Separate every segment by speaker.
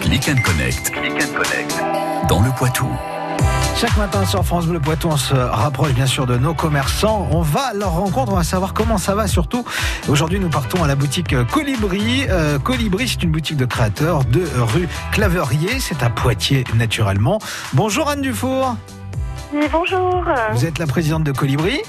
Speaker 1: Click and Connect. Dans le Poitou.
Speaker 2: Chaque matin sur France Bleu Poitou, on se rapproche bien sûr de nos commerçants. On va à leur rencontre, on va savoir comment ça va surtout. Aujourd'hui, nous partons à la boutique Colibri. Euh, Colibri, c'est une boutique de créateurs de rue Claverier. C'est à Poitiers, naturellement. Bonjour Anne Dufour.
Speaker 3: Oui, bonjour.
Speaker 2: Vous êtes la présidente de Colibri.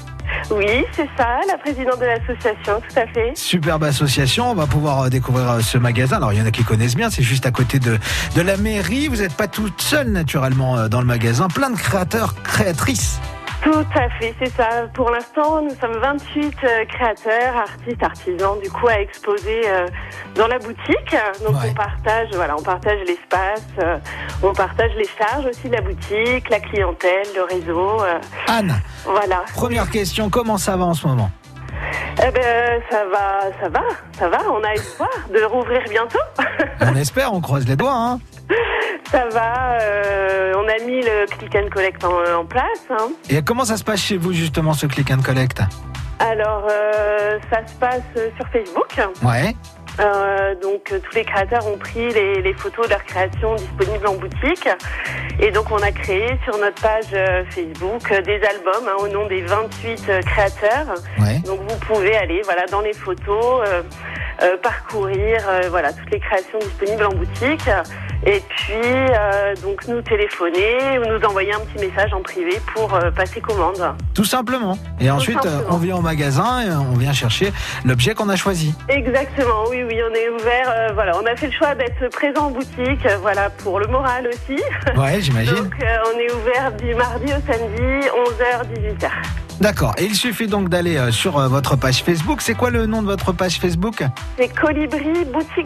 Speaker 3: Oui, c'est ça, la présidente de l'association, tout à fait.
Speaker 2: Superbe association. On va pouvoir euh, découvrir euh, ce magasin. Alors, il y en a qui connaissent bien. C'est juste à côté de, de la mairie. Vous n'êtes pas toute seule, naturellement, euh, dans le magasin. Plein de créateurs, créatrices.
Speaker 3: Tout à fait, c'est ça. Pour l'instant, nous sommes 28 euh, créateurs, artistes, artisans, du coup, à exposer euh, dans la boutique. Donc,
Speaker 2: Ouais.
Speaker 3: on partage, voilà, on partage l'espace, euh, on partage les charges aussi de la boutique, la clientèle, le réseau, euh,
Speaker 2: Anne,
Speaker 3: voilà.
Speaker 2: première question. Comment ça va en ce moment
Speaker 3: Eh ben, ça va, ça va, ça va. On a espoir de rouvrir bientôt.
Speaker 2: On espère, on croise les doigts. hein.
Speaker 3: ça va. euh, on a mis le click and collect en, en place. hein.
Speaker 2: Et comment ça se passe chez vous, justement, ce click and collect
Speaker 3: Alors, euh, ça se passe sur Facebook.
Speaker 2: Ouais.
Speaker 3: Euh, donc euh, tous les créateurs ont pris les, les photos de leurs créations disponibles en boutique et donc on a créé sur notre page euh, Facebook euh, des albums hein, au nom des 28 euh, créateurs.
Speaker 2: Ouais.
Speaker 3: Donc vous pouvez aller voilà dans les photos euh, euh, parcourir euh, voilà toutes les créations disponibles en boutique et puis euh, donc nous téléphoner ou nous envoyer un petit message en privé pour euh, passer commande.
Speaker 2: Tout simplement. Et ensuite, euh,
Speaker 3: simplement.
Speaker 2: on vient au magasin et euh, on vient chercher l'objet qu'on a choisi.
Speaker 3: Exactement, oui, oui, on est ouvert. euh, voilà, on a fait le choix d'être présent en boutique, euh, voilà, pour le moral aussi.
Speaker 2: Ouais, j'imagine.
Speaker 3: Donc, euh, on est ouvert du mardi au samedi, 11h, 18h.
Speaker 2: D'accord. Et il suffit donc d'aller euh, sur euh, votre page Facebook. C'est quoi le nom de votre page Facebook
Speaker 3: C'est Colibri Boutique.